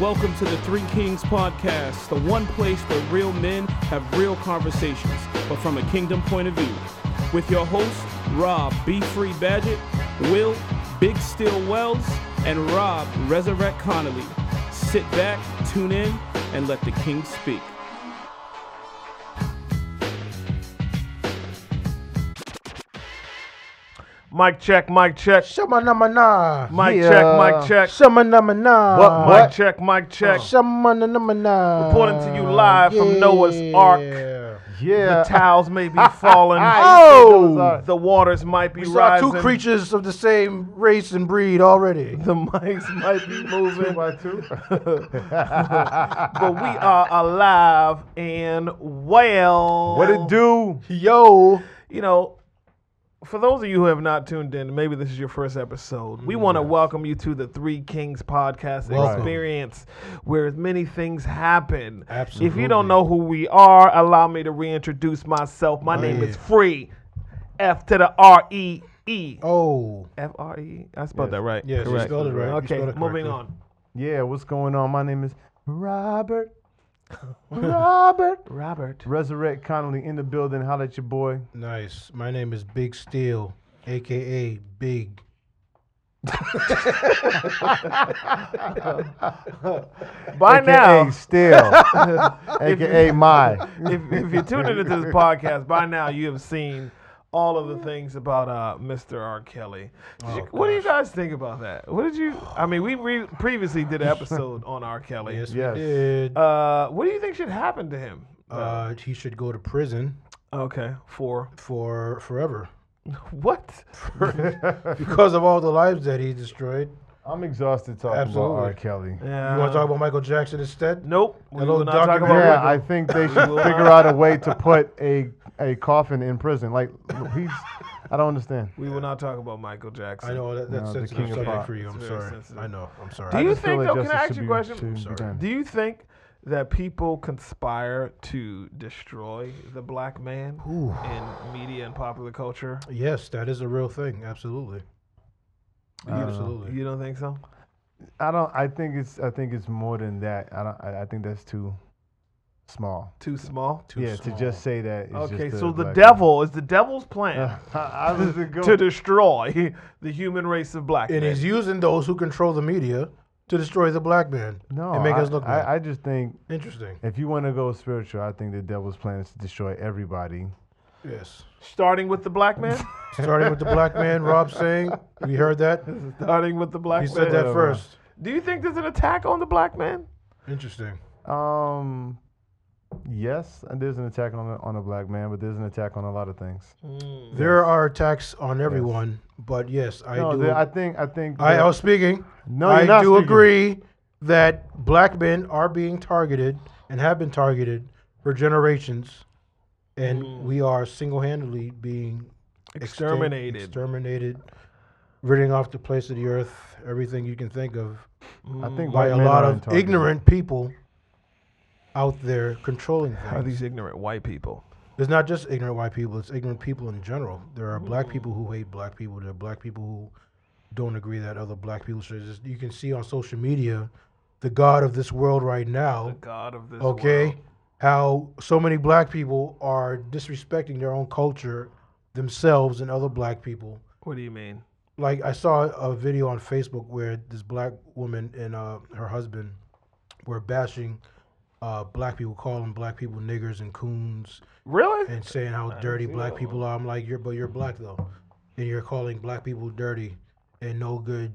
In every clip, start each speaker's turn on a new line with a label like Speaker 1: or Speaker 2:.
Speaker 1: Welcome to the Three Kings Podcast, the one place where real men have real conversations, but from a kingdom point of view. With your hosts, Rob B. Free Badgett, Will Big Steel Wells, and Rob Resurrect Connolly. Sit back, tune in, and let the King speak.
Speaker 2: Mic check, mic check.
Speaker 3: Shama nama na.
Speaker 2: Mic
Speaker 4: Yeah.
Speaker 2: check, mic check.
Speaker 3: Shama nama na.
Speaker 4: What,
Speaker 2: Mic check, mic
Speaker 3: Oh,
Speaker 2: check.
Speaker 3: Shama nama na.
Speaker 2: Reporting to you live from Noah's Ark.
Speaker 4: Yeah.
Speaker 2: The towels may be falling.
Speaker 4: Oh!
Speaker 2: The waters might be
Speaker 3: We saw
Speaker 2: rising.
Speaker 3: two creatures of the same race and breed already.
Speaker 2: The mics might be moving.
Speaker 4: two.
Speaker 2: but we are alive and well.
Speaker 4: What it do?
Speaker 3: Yo.
Speaker 2: You know, for those of you who have not tuned in, maybe this is your first episode. We want to welcome you to the Three Kings podcast
Speaker 3: Mm, Welcome.
Speaker 2: experience where many things happen. If you
Speaker 3: Absolutely.
Speaker 2: don't know who we are, allow me to reintroduce myself. My name is Free F to the R E E.
Speaker 3: Oh.
Speaker 2: F R E. I spelled that right.
Speaker 3: Yes, you
Speaker 2: Correct.
Speaker 3: spelled it right. You
Speaker 2: Okay,
Speaker 3: spelled it
Speaker 2: moving
Speaker 3: correctly.
Speaker 2: on.
Speaker 4: Yeah, what's going on? My name is Robert. Robert.
Speaker 2: Robert.
Speaker 4: Resurrect Connolly in the building. Holla at your boy.
Speaker 3: Nice. My name is Big Steel, aka Big.
Speaker 2: By now,
Speaker 4: AKA Still. AKA my.
Speaker 2: if, if you're tuning into this podcast by now, you have seen all of the things about uh, Mr. R. Kelly. Did
Speaker 3: Oh,
Speaker 2: you- what do you guys think about that? What did you? I mean, we re- previously did an episode on R. Kelly.
Speaker 3: Yes,
Speaker 4: Yes.
Speaker 3: we did.
Speaker 2: Uh, what do you think should happen to him?
Speaker 3: Uh, he should go to prison
Speaker 2: Okay, for
Speaker 3: for forever
Speaker 2: what?
Speaker 3: because of all the lives that he destroyed.
Speaker 4: I'm exhausted talking
Speaker 3: Absolutely.
Speaker 4: about R. Kelly.
Speaker 2: Yeah.
Speaker 3: You want to talk about Michael Jackson instead?
Speaker 2: Nope. We
Speaker 3: Hello,
Speaker 2: will not talk about
Speaker 3: documentary.
Speaker 4: Yeah,
Speaker 2: Michael.
Speaker 4: I think they should figure out a way to put a a coffin in prison. Like he's, I don't understand.
Speaker 2: we will not talk about Michael Jackson.
Speaker 3: I know that, that's
Speaker 4: No, the
Speaker 3: sensitive
Speaker 4: king of
Speaker 3: subject
Speaker 4: pop.
Speaker 3: for you. I'm
Speaker 2: It's very
Speaker 3: sorry.
Speaker 2: sensitive.
Speaker 3: I know. I'm sorry.
Speaker 2: Do
Speaker 3: I
Speaker 2: you
Speaker 3: just-
Speaker 2: think
Speaker 4: like
Speaker 2: though? Can I
Speaker 4: justice
Speaker 2: ask
Speaker 4: should
Speaker 2: you a
Speaker 4: be-
Speaker 2: question?
Speaker 4: should be
Speaker 3: Sorry.
Speaker 4: done.
Speaker 2: Do you think that people conspire to destroy the black man
Speaker 3: Ooh.
Speaker 2: in media and popular culture?
Speaker 3: Yes, that is a real thing. Absolutely.
Speaker 4: Uh,
Speaker 3: Absolutely.
Speaker 2: You don't think so?
Speaker 4: I don't. I think it's. I think it's more than that. I don't. I, I think that's too small.
Speaker 2: Too small?
Speaker 3: Too
Speaker 4: yeah, to just say that. It's
Speaker 2: okay,
Speaker 4: just
Speaker 2: so
Speaker 4: a
Speaker 2: the
Speaker 4: black-
Speaker 2: devil is the devil's
Speaker 3: Uh,
Speaker 2: plan
Speaker 4: I was going.
Speaker 2: to destroy the human race of black
Speaker 3: And
Speaker 2: men.
Speaker 3: he's using those who control the media to destroy the black man
Speaker 4: no,
Speaker 3: and make
Speaker 4: I,
Speaker 3: us look bad.
Speaker 4: I, I just think
Speaker 3: Interesting.
Speaker 4: if you want to go spiritual, I think the devil's plan is to destroy everybody.
Speaker 3: Yes.
Speaker 2: Starting with the black man?
Speaker 3: Starting with the black man, Rob saying, we heard that.
Speaker 2: Starting with the black
Speaker 3: He
Speaker 2: man.
Speaker 3: said that
Speaker 4: Whatever.
Speaker 3: first.
Speaker 2: Do you think there's an attack on the black man?
Speaker 3: Interesting.
Speaker 4: Um, yes, and there's an attack on a, on a black man, but there's an attack on a lot of things.
Speaker 3: There are attacks on everyone, but yes, I
Speaker 4: no,
Speaker 3: do.
Speaker 4: there- I think. I think.
Speaker 3: I,
Speaker 4: that-
Speaker 3: I was speaking.
Speaker 4: No,
Speaker 3: I
Speaker 4: you're not
Speaker 3: do
Speaker 4: speaking.
Speaker 3: agree that black men are being targeted and have been targeted for generations, and
Speaker 4: Mm.
Speaker 3: we are single-handedly being extinct,
Speaker 2: Exterminated.
Speaker 3: exterminated, ridding off the place of the earth, everything you can think of,
Speaker 4: I think
Speaker 3: by
Speaker 4: white
Speaker 3: a
Speaker 4: men
Speaker 3: lot
Speaker 4: are
Speaker 3: of
Speaker 4: targeted.
Speaker 3: ignorant people out there controlling
Speaker 2: Are
Speaker 3: things.
Speaker 2: these ignorant white people?
Speaker 3: It's not just ignorant white people; it's ignorant people in general. There are black people who hate black people. There are black people who don't agree that other black people should. Just, you can see on social media, the god of this world right now.
Speaker 2: God of this
Speaker 3: Okay,
Speaker 2: world.
Speaker 3: how so many black people are disrespecting their own culture, themselves, and other black people.
Speaker 2: What do you mean?
Speaker 3: Like I saw a video on Facebook where this black woman and uh, her husband were bashing uh, black people, calling black people niggers and coons
Speaker 2: Really?
Speaker 3: and saying how dirty black people are. I'm like, you're but you're black though, and you're calling black people dirty and no good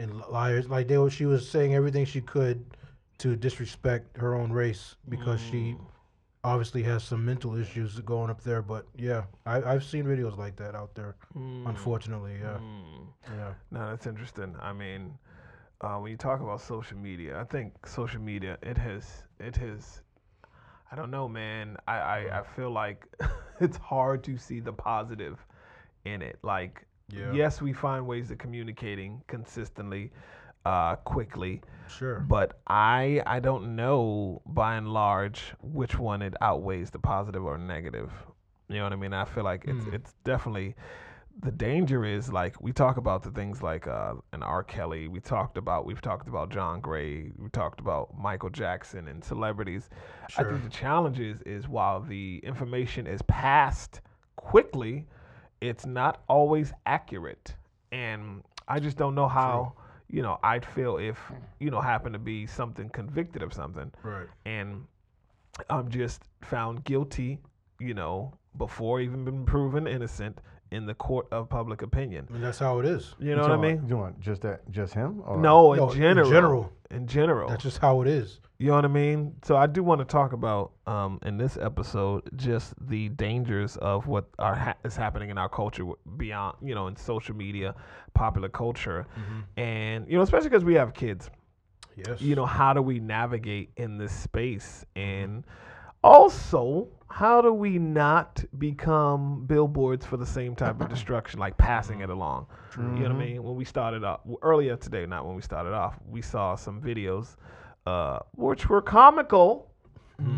Speaker 3: and liars. Like they were, she was saying everything she could to disrespect her own race because she
Speaker 2: Mm.
Speaker 3: obviously has some mental issues going up there. But yeah, I, I've seen videos like that out there.
Speaker 2: Mm.
Speaker 3: Unfortunately, yeah, yeah.
Speaker 2: No, that's interesting. I mean, uh, when you talk about social media, I think social media it has it has. I don't know, man. I I, I feel like it's hard to see the positive in it. Like,
Speaker 3: Yeah.
Speaker 2: yes, we find ways of communicating consistently, uh, quickly,
Speaker 3: Sure.
Speaker 2: but I I don't know by and large which one
Speaker 3: Hmm.
Speaker 2: it outweighs the positive or negative. You know what I mean? I feel like it's it's definitely the danger is like we talk about the things like uh, an R. Kelly. We talked about we've talked about John Gray. We talked about Michael Jackson and celebrities. I
Speaker 3: Sure.
Speaker 2: think the challenge is is while the information is passed quickly, it's not always accurate, and I just don't know how. You know, I'd feel if you know happened to be something convicted of something,
Speaker 3: Right.
Speaker 2: and I'm just found guilty, you know, before even been proven innocent in the court of public opinion.
Speaker 3: I mean, that's how it is.
Speaker 2: You know what I mean?
Speaker 4: You want just that, just him? Or
Speaker 2: No, in
Speaker 3: No, in
Speaker 2: general.
Speaker 3: general.
Speaker 2: In general.
Speaker 3: That's just how it is.
Speaker 2: You know what I mean? So I do want to talk about um, in this episode just the dangers of what are ha- is happening in our culture w- beyond, you know, in social media, popular culture, and you know, especially because we have kids.
Speaker 3: Yes.
Speaker 2: you know how do we navigate in this space and also how do we not become billboards for the same type of destruction like passing it along you
Speaker 3: Mm-hmm.
Speaker 2: know what i mean when we started off w- earlier today not when we started off we saw some videos uh, which were comical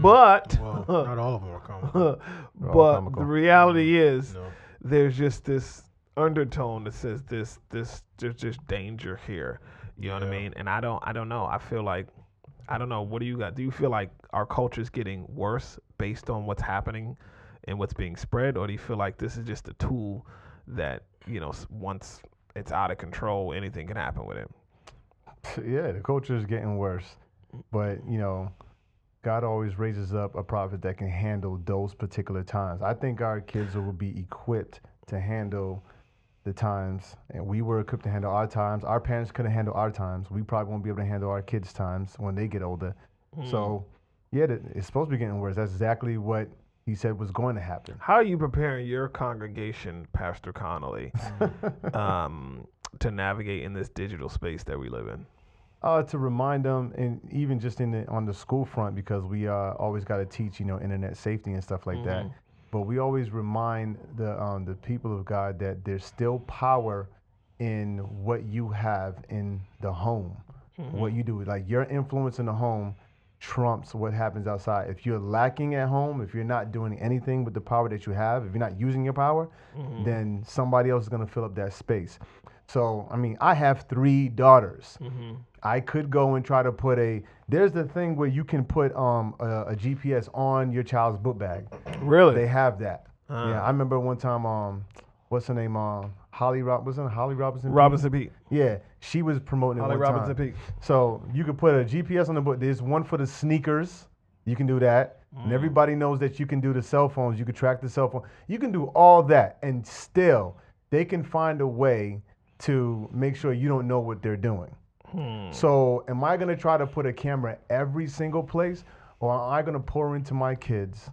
Speaker 2: but
Speaker 3: Mm. Well, not all of them are common.
Speaker 2: but
Speaker 4: comical.
Speaker 2: the reality is
Speaker 3: Mm-hmm. No.
Speaker 2: there's just this undertone that says this this there's just danger here you know what i mean and i don't i don't know i feel like i don't know what do you got do you feel like our culture's getting worse based on what's happening and what's being spread or do you feel like this is just a tool that you know s- once it's out of control anything can happen with it
Speaker 4: Yeah, the culture is getting worse, but you know, God always raises up a prophet that can handle those particular times. I think our kids will be equipped to handle the times, and we were equipped to handle our times. Our parents couldn't handle our times. We probably won't be able to handle our kids' times when they get older. So, yeah, th- it's supposed to be getting worse. That's exactly what He said was going to happen.
Speaker 2: how are you preparing your congregation pastor connolly um, to navigate in this digital space that we live in
Speaker 4: Uh, to remind them, and even just in the, on the school front, because we uh, always got to teach, you know, internet safety and stuff like that. But we always remind the um, the people of God that there's still power in what you have in the home, what you do. Like your influence in the home trumps what happens outside. If you're lacking at home, if you're not doing anything with the power that you have, if you're not using your power, then somebody else is going to fill up that space. So, I mean, I have three daughters. I could go and try to put a. There's the thing where you can put um, a, a GPS on your child's book bag.
Speaker 2: really Uh.
Speaker 4: They have that. yeah, I remember one time. Um, what's her name? Um, Holly Robinson. Holly Robinson. Pete?
Speaker 2: robinson pete
Speaker 4: Yeah, she was promoting
Speaker 2: Holly
Speaker 4: it one
Speaker 2: Robinson
Speaker 4: time.
Speaker 2: Peak.
Speaker 4: So you could put a GPS on the book. There's one for the sneakers. You can do that.
Speaker 2: Mm.
Speaker 4: And everybody knows that you can do the cell phones. You can track the cell phone. You can do all that. And still, they can find a way to make sure you don't know what they're doing. So, am I going to try to put a camera every single place? Or am I going to pour into my kids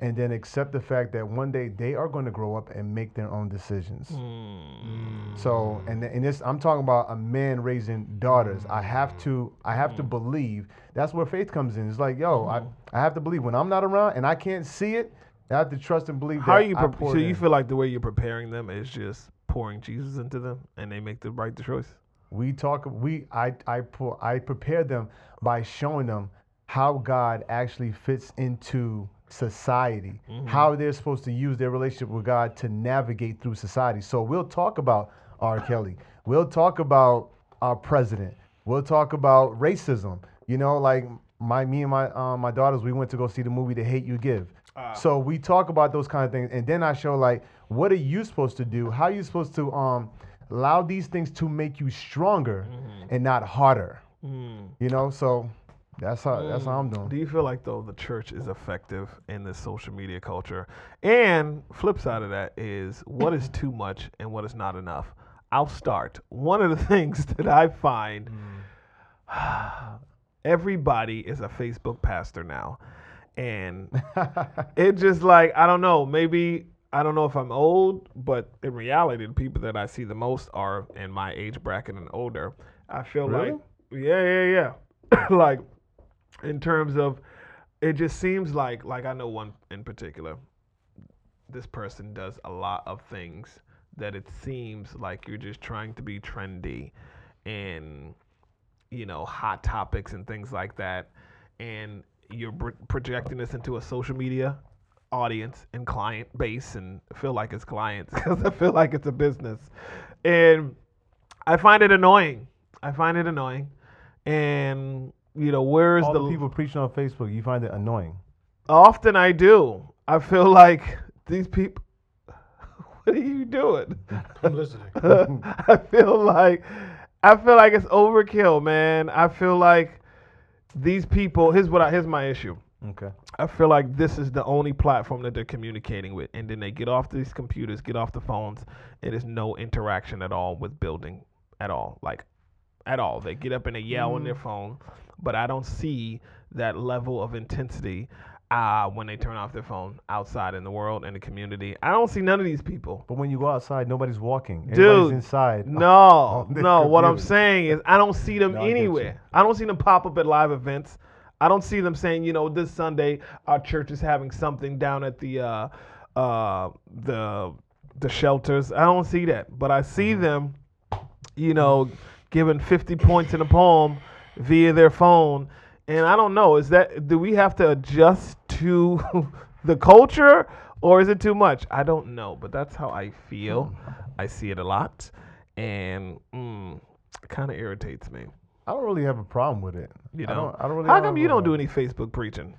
Speaker 4: and then accept the fact that one day they are going to grow up and make their own decisions?
Speaker 2: Hmm.
Speaker 4: So, and th- and this, I'm talking about a man raising daughters. I have to, I have to believe. That's where faith comes in. It's like, yo, I, I have to believe when I'm not around and I can't see it. I have to trust and believe.
Speaker 2: How
Speaker 4: that
Speaker 2: are you?
Speaker 4: I
Speaker 2: Pre- so
Speaker 4: poured
Speaker 2: you
Speaker 4: in.
Speaker 2: feel like the way you're preparing them is just pouring Jesus into them, and they make the right choice.
Speaker 4: We talk. We I I pour, I prepare them by showing them how God actually fits into society, how they're supposed to use their relationship with God to navigate through society. So we'll talk about R. Kelly. We'll talk about our president. We'll talk about racism. You know, like my me and my um, my daughters, we went to go see the movie The Hate You Give. so we talk about those kind of things, and then I show like, what are you supposed to do? How are you supposed to um allow these things to make you stronger
Speaker 2: Mm-hmm.
Speaker 4: and not harder?
Speaker 2: Mm.
Speaker 4: You know, so that's how that's how I'm doing.
Speaker 2: Do you feel like though the church is effective in this social media culture? And flip side of that is what is too much and what is not enough. I'll start. One of the things that I find everybody is a Facebook pastor now. And it just like I don't know. Maybe I don't know if I'm old, but in reality, the people that I see the most are in my age bracket and older. I feel like yeah, yeah, yeah. like in terms of it just seems like like I know one in particular. This person does a lot of things that it seems like you're just trying to be trendy and you know hot topics and things like that and you're br- projecting this into a social media audience and client base and feel like it's clients because I feel like it's a business. And I find it annoying. I find it annoying. And, you know, where is
Speaker 4: All
Speaker 2: the,
Speaker 4: the, people preaching on Facebook, you find it annoying.
Speaker 2: Often I do. I feel like these people. What are you doing?
Speaker 3: I'm listening.
Speaker 2: I feel like I feel like it's overkill, man. I feel like these people. Here's what I. Here's my issue.
Speaker 4: Okay.
Speaker 2: I feel like this is the only platform that they're communicating with, and then they get off these computers, get off the phones, and there's no interaction at all with building at all, like at all. They get up and they yell on their phone, but I don't see that level of intensity uh, when they turn off their phone outside in the world and the community. I don't see none of these people.
Speaker 4: But when you go outside, nobody's walking. Everybody's
Speaker 2: Dude,
Speaker 4: inside.
Speaker 2: No,
Speaker 4: on the
Speaker 2: no. What I'm
Speaker 4: computer.
Speaker 2: saying is, I don't see them
Speaker 4: Oh, No, I get you.
Speaker 2: anywhere. I don't see them pop up at live events. I don't see them saying, you know, this Sunday our church is having something down at the uh, uh, the the shelters. I don't see that, but I see
Speaker 4: Mm-hmm.
Speaker 2: them, you know, giving 50 points in a poem via their phone. And I don't know. Is that do we have to adjust to the culture, or is it too much? I don't know, but that's how I feel.
Speaker 4: Hmm.
Speaker 2: I see it a lot, and mm, it kind of irritates me.
Speaker 4: I don't really have a problem with it.
Speaker 2: You know,
Speaker 4: I don't, I don't really
Speaker 2: how
Speaker 4: have
Speaker 2: come
Speaker 4: a
Speaker 2: you don't
Speaker 4: problem.
Speaker 2: do any Facebook preaching?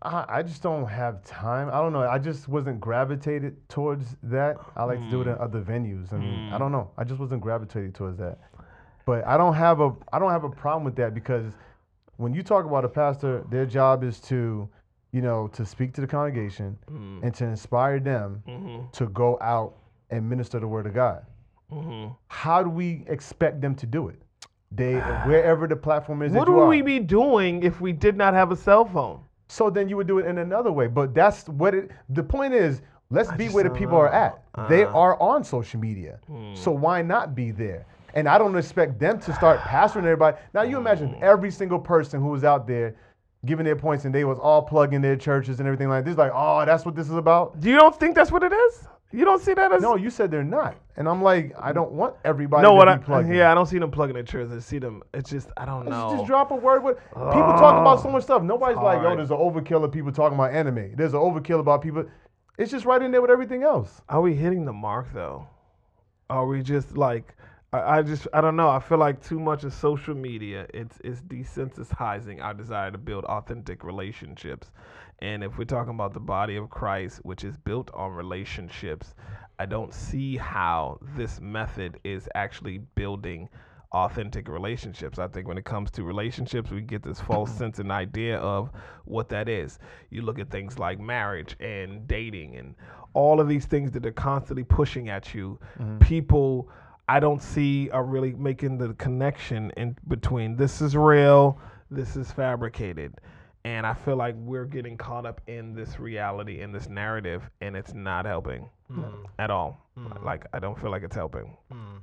Speaker 4: I, I just don't have time. I don't know. I just wasn't gravitated towards that. I like to do
Speaker 2: Hmm.
Speaker 4: it in other venues. I mean, I don't know. I just wasn't gravitated towards that. But I don't have a I don't have a problem with that because when you talk about a pastor, their job is to, you know, to speak to the congregation
Speaker 2: Hmm.
Speaker 4: and to inspire them
Speaker 2: Mm-hmm.
Speaker 4: to go out and minister the word of God.
Speaker 2: Mm-hmm.
Speaker 4: How do we expect them to do it? They wherever the platform is. that
Speaker 2: What
Speaker 4: you
Speaker 2: would
Speaker 4: are.
Speaker 2: we be doing if we did not have a cell phone?
Speaker 4: So then you would do it in another way. But that's what it. The point is, let's be
Speaker 2: just
Speaker 4: where the
Speaker 2: don't
Speaker 4: people are
Speaker 2: know. Uh-huh. Hmm.
Speaker 4: at. they are on social media, so why not be there? And I don't expect them to start pastoring everybody. Now you imagine
Speaker 2: Hmm.
Speaker 4: every single person who was out there giving their points, and they was all plugging their churches and everything like this. Like, oh, that's what this is about.
Speaker 2: You don't think that's what it is? You don't see that as
Speaker 4: No, you said they're not, and I'm like, I don't want everybody.
Speaker 2: No,
Speaker 4: to
Speaker 2: what
Speaker 4: be
Speaker 2: I
Speaker 4: plugging.
Speaker 2: yeah, I don't see them plugging in church. I see them. It's just I don't
Speaker 4: Just-
Speaker 2: know.
Speaker 4: Just drop a word with people talk about so much stuff. Nobody's like, yo,
Speaker 2: hard.
Speaker 4: there's an overkill of people talking about anime. There's an overkill about people. It's just right in there with everything else.
Speaker 2: Are we hitting the mark though? Are we just like I, I just I don't know. I feel like too much of social media it's it's desensitizing our desire to build authentic relationships. And if we're talking about the body of Christ, which is built on relationships, I don't see how this method is actually building authentic relationships. I think when it comes to relationships, we get this false sense and idea of what that is. You look at things like marriage and dating and all of these things that are constantly pushing at you. People I don't see are really making the connection in between this is real, this is fabricated. And I feel like we're getting caught up in this reality, in this narrative, and it's not helping at all. Like, I don't feel like it's helping.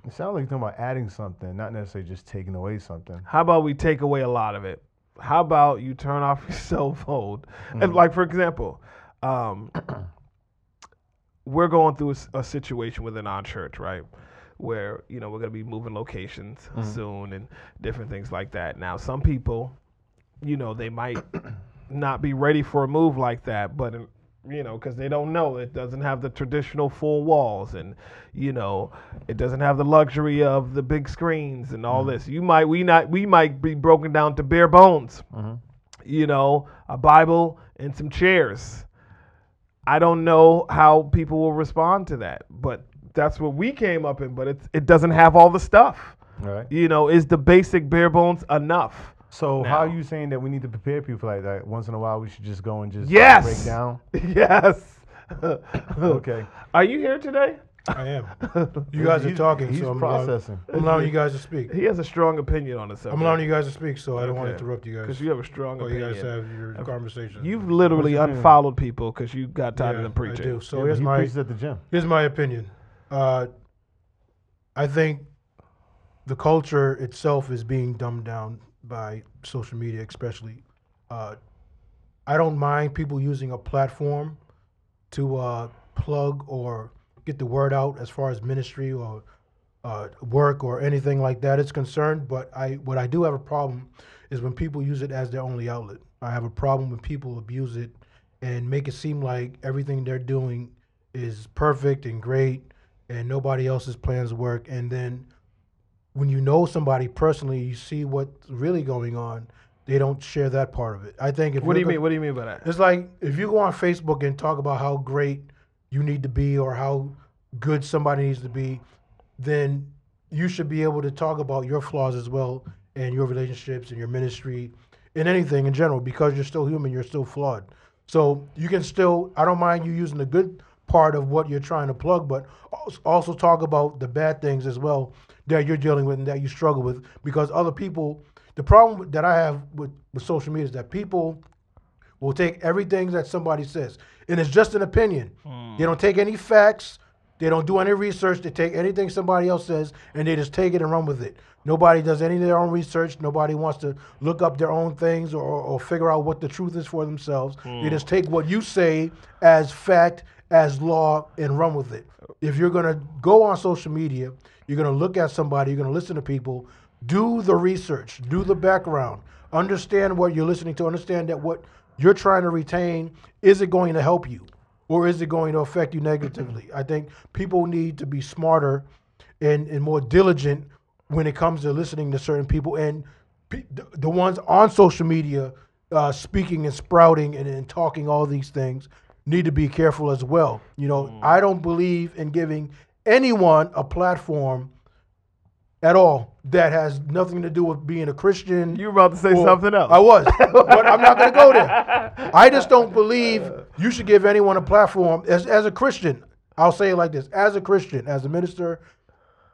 Speaker 4: It sounds like you're talking about adding something, not necessarily just taking away something.
Speaker 2: How about we take away a lot of it? How about you turn off your cell phone? And like for example, um, we're going through a s- a, situation within our church, right? Where you know we're going to be moving locations soon and different things like that. Now, some people, you know, they might not be ready for a move like that, but um, you know, because they don't know it doesn't have the traditional full walls, and you know, it doesn't have the luxury of the big screens and all this. You might we not we might be broken down to bare bones, you know, a Bible and some chairs. I don't know how people will respond to that, but that's what we came up in. But it's, it doesn't have all the stuff.
Speaker 4: All right.
Speaker 2: You know, is the basic bare bones enough?
Speaker 4: So how are
Speaker 2: Now.
Speaker 4: you saying that we need to prepare people like that? Once in a while, we should just go and just
Speaker 2: Yes.
Speaker 4: break down.
Speaker 2: Yes.
Speaker 4: Okay.
Speaker 2: Are you here today?
Speaker 3: I am. You guys are
Speaker 4: He's-
Speaker 3: talking,
Speaker 4: he's
Speaker 3: so I'm allowing-
Speaker 4: processing.
Speaker 3: I'm allowing you guys to speak.
Speaker 2: He has a strong opinion on the subject.
Speaker 3: I'm allowing you guys to speak, so I don't want to
Speaker 2: Okay.
Speaker 3: interrupt you guys.
Speaker 2: because you have a strong
Speaker 3: Or you
Speaker 2: opinion.
Speaker 3: guys have your conversation.
Speaker 2: You've literally unfollowed people because you got tired
Speaker 3: Yeah,
Speaker 2: of them preaching.
Speaker 3: I do. So
Speaker 4: Yeah, but
Speaker 3: here's
Speaker 4: he
Speaker 3: my
Speaker 4: preaches at the gym.
Speaker 3: here's my opinion. Uh, I think the culture itself is being dumbed down by social media, especially. Uh, I don't mind people using a platform to uh, plug or get the word out as far as ministry or uh, work or anything like that is concerned. But I, what I do have a problem is when people use it as their only outlet. I have a problem when people abuse it and make it seem like everything they're doing is perfect and great and nobody else's plans work and then when you know somebody personally you see what's really going on they don't share that part of it i think if
Speaker 2: What do you
Speaker 3: you're
Speaker 2: mean? What do you mean by that?
Speaker 3: it's like if you go on Facebook and talk about how great you need to be or how good somebody needs to be, then you should be able to talk about your flaws as well and your relationships and your ministry and anything in general because you're still human, you're still flawed. So you can still, I don't mind you using the good part of what you're trying to plug, but als- also talk about the bad things as well that you're dealing with and that you struggle with because other people, the problem that I have with, with social media is that people will take everything that somebody says. And it's just an opinion. They don't take any facts. They don't do any research. They take anything somebody else says and they just take it and run with it. Nobody does any of their own research. Nobody wants to look up their own things or, or figure out what the truth is for themselves. They just take what you say as fact, as law, and run with it. If you're going to go on social media, you're going to look at somebody, you're going to listen to people, do the research, do the background, understand what you're listening to, understand that what you're trying to retain is it going to help you or is it going to affect you negatively? I think people need to be smarter and, and more diligent when it comes to listening to certain people and pe- the, the ones on social media uh, speaking and sprouting and, and talking all these things need to be careful as well. You know, I don't believe in giving anyone a platform at all that has nothing to do with being a Christian.
Speaker 2: You were about to say
Speaker 3: or-
Speaker 2: something else.
Speaker 3: I was, but I'm not going to go there. I just don't believe you should give anyone a platform as as a Christian. I'll say it like this: as a Christian, as a minister,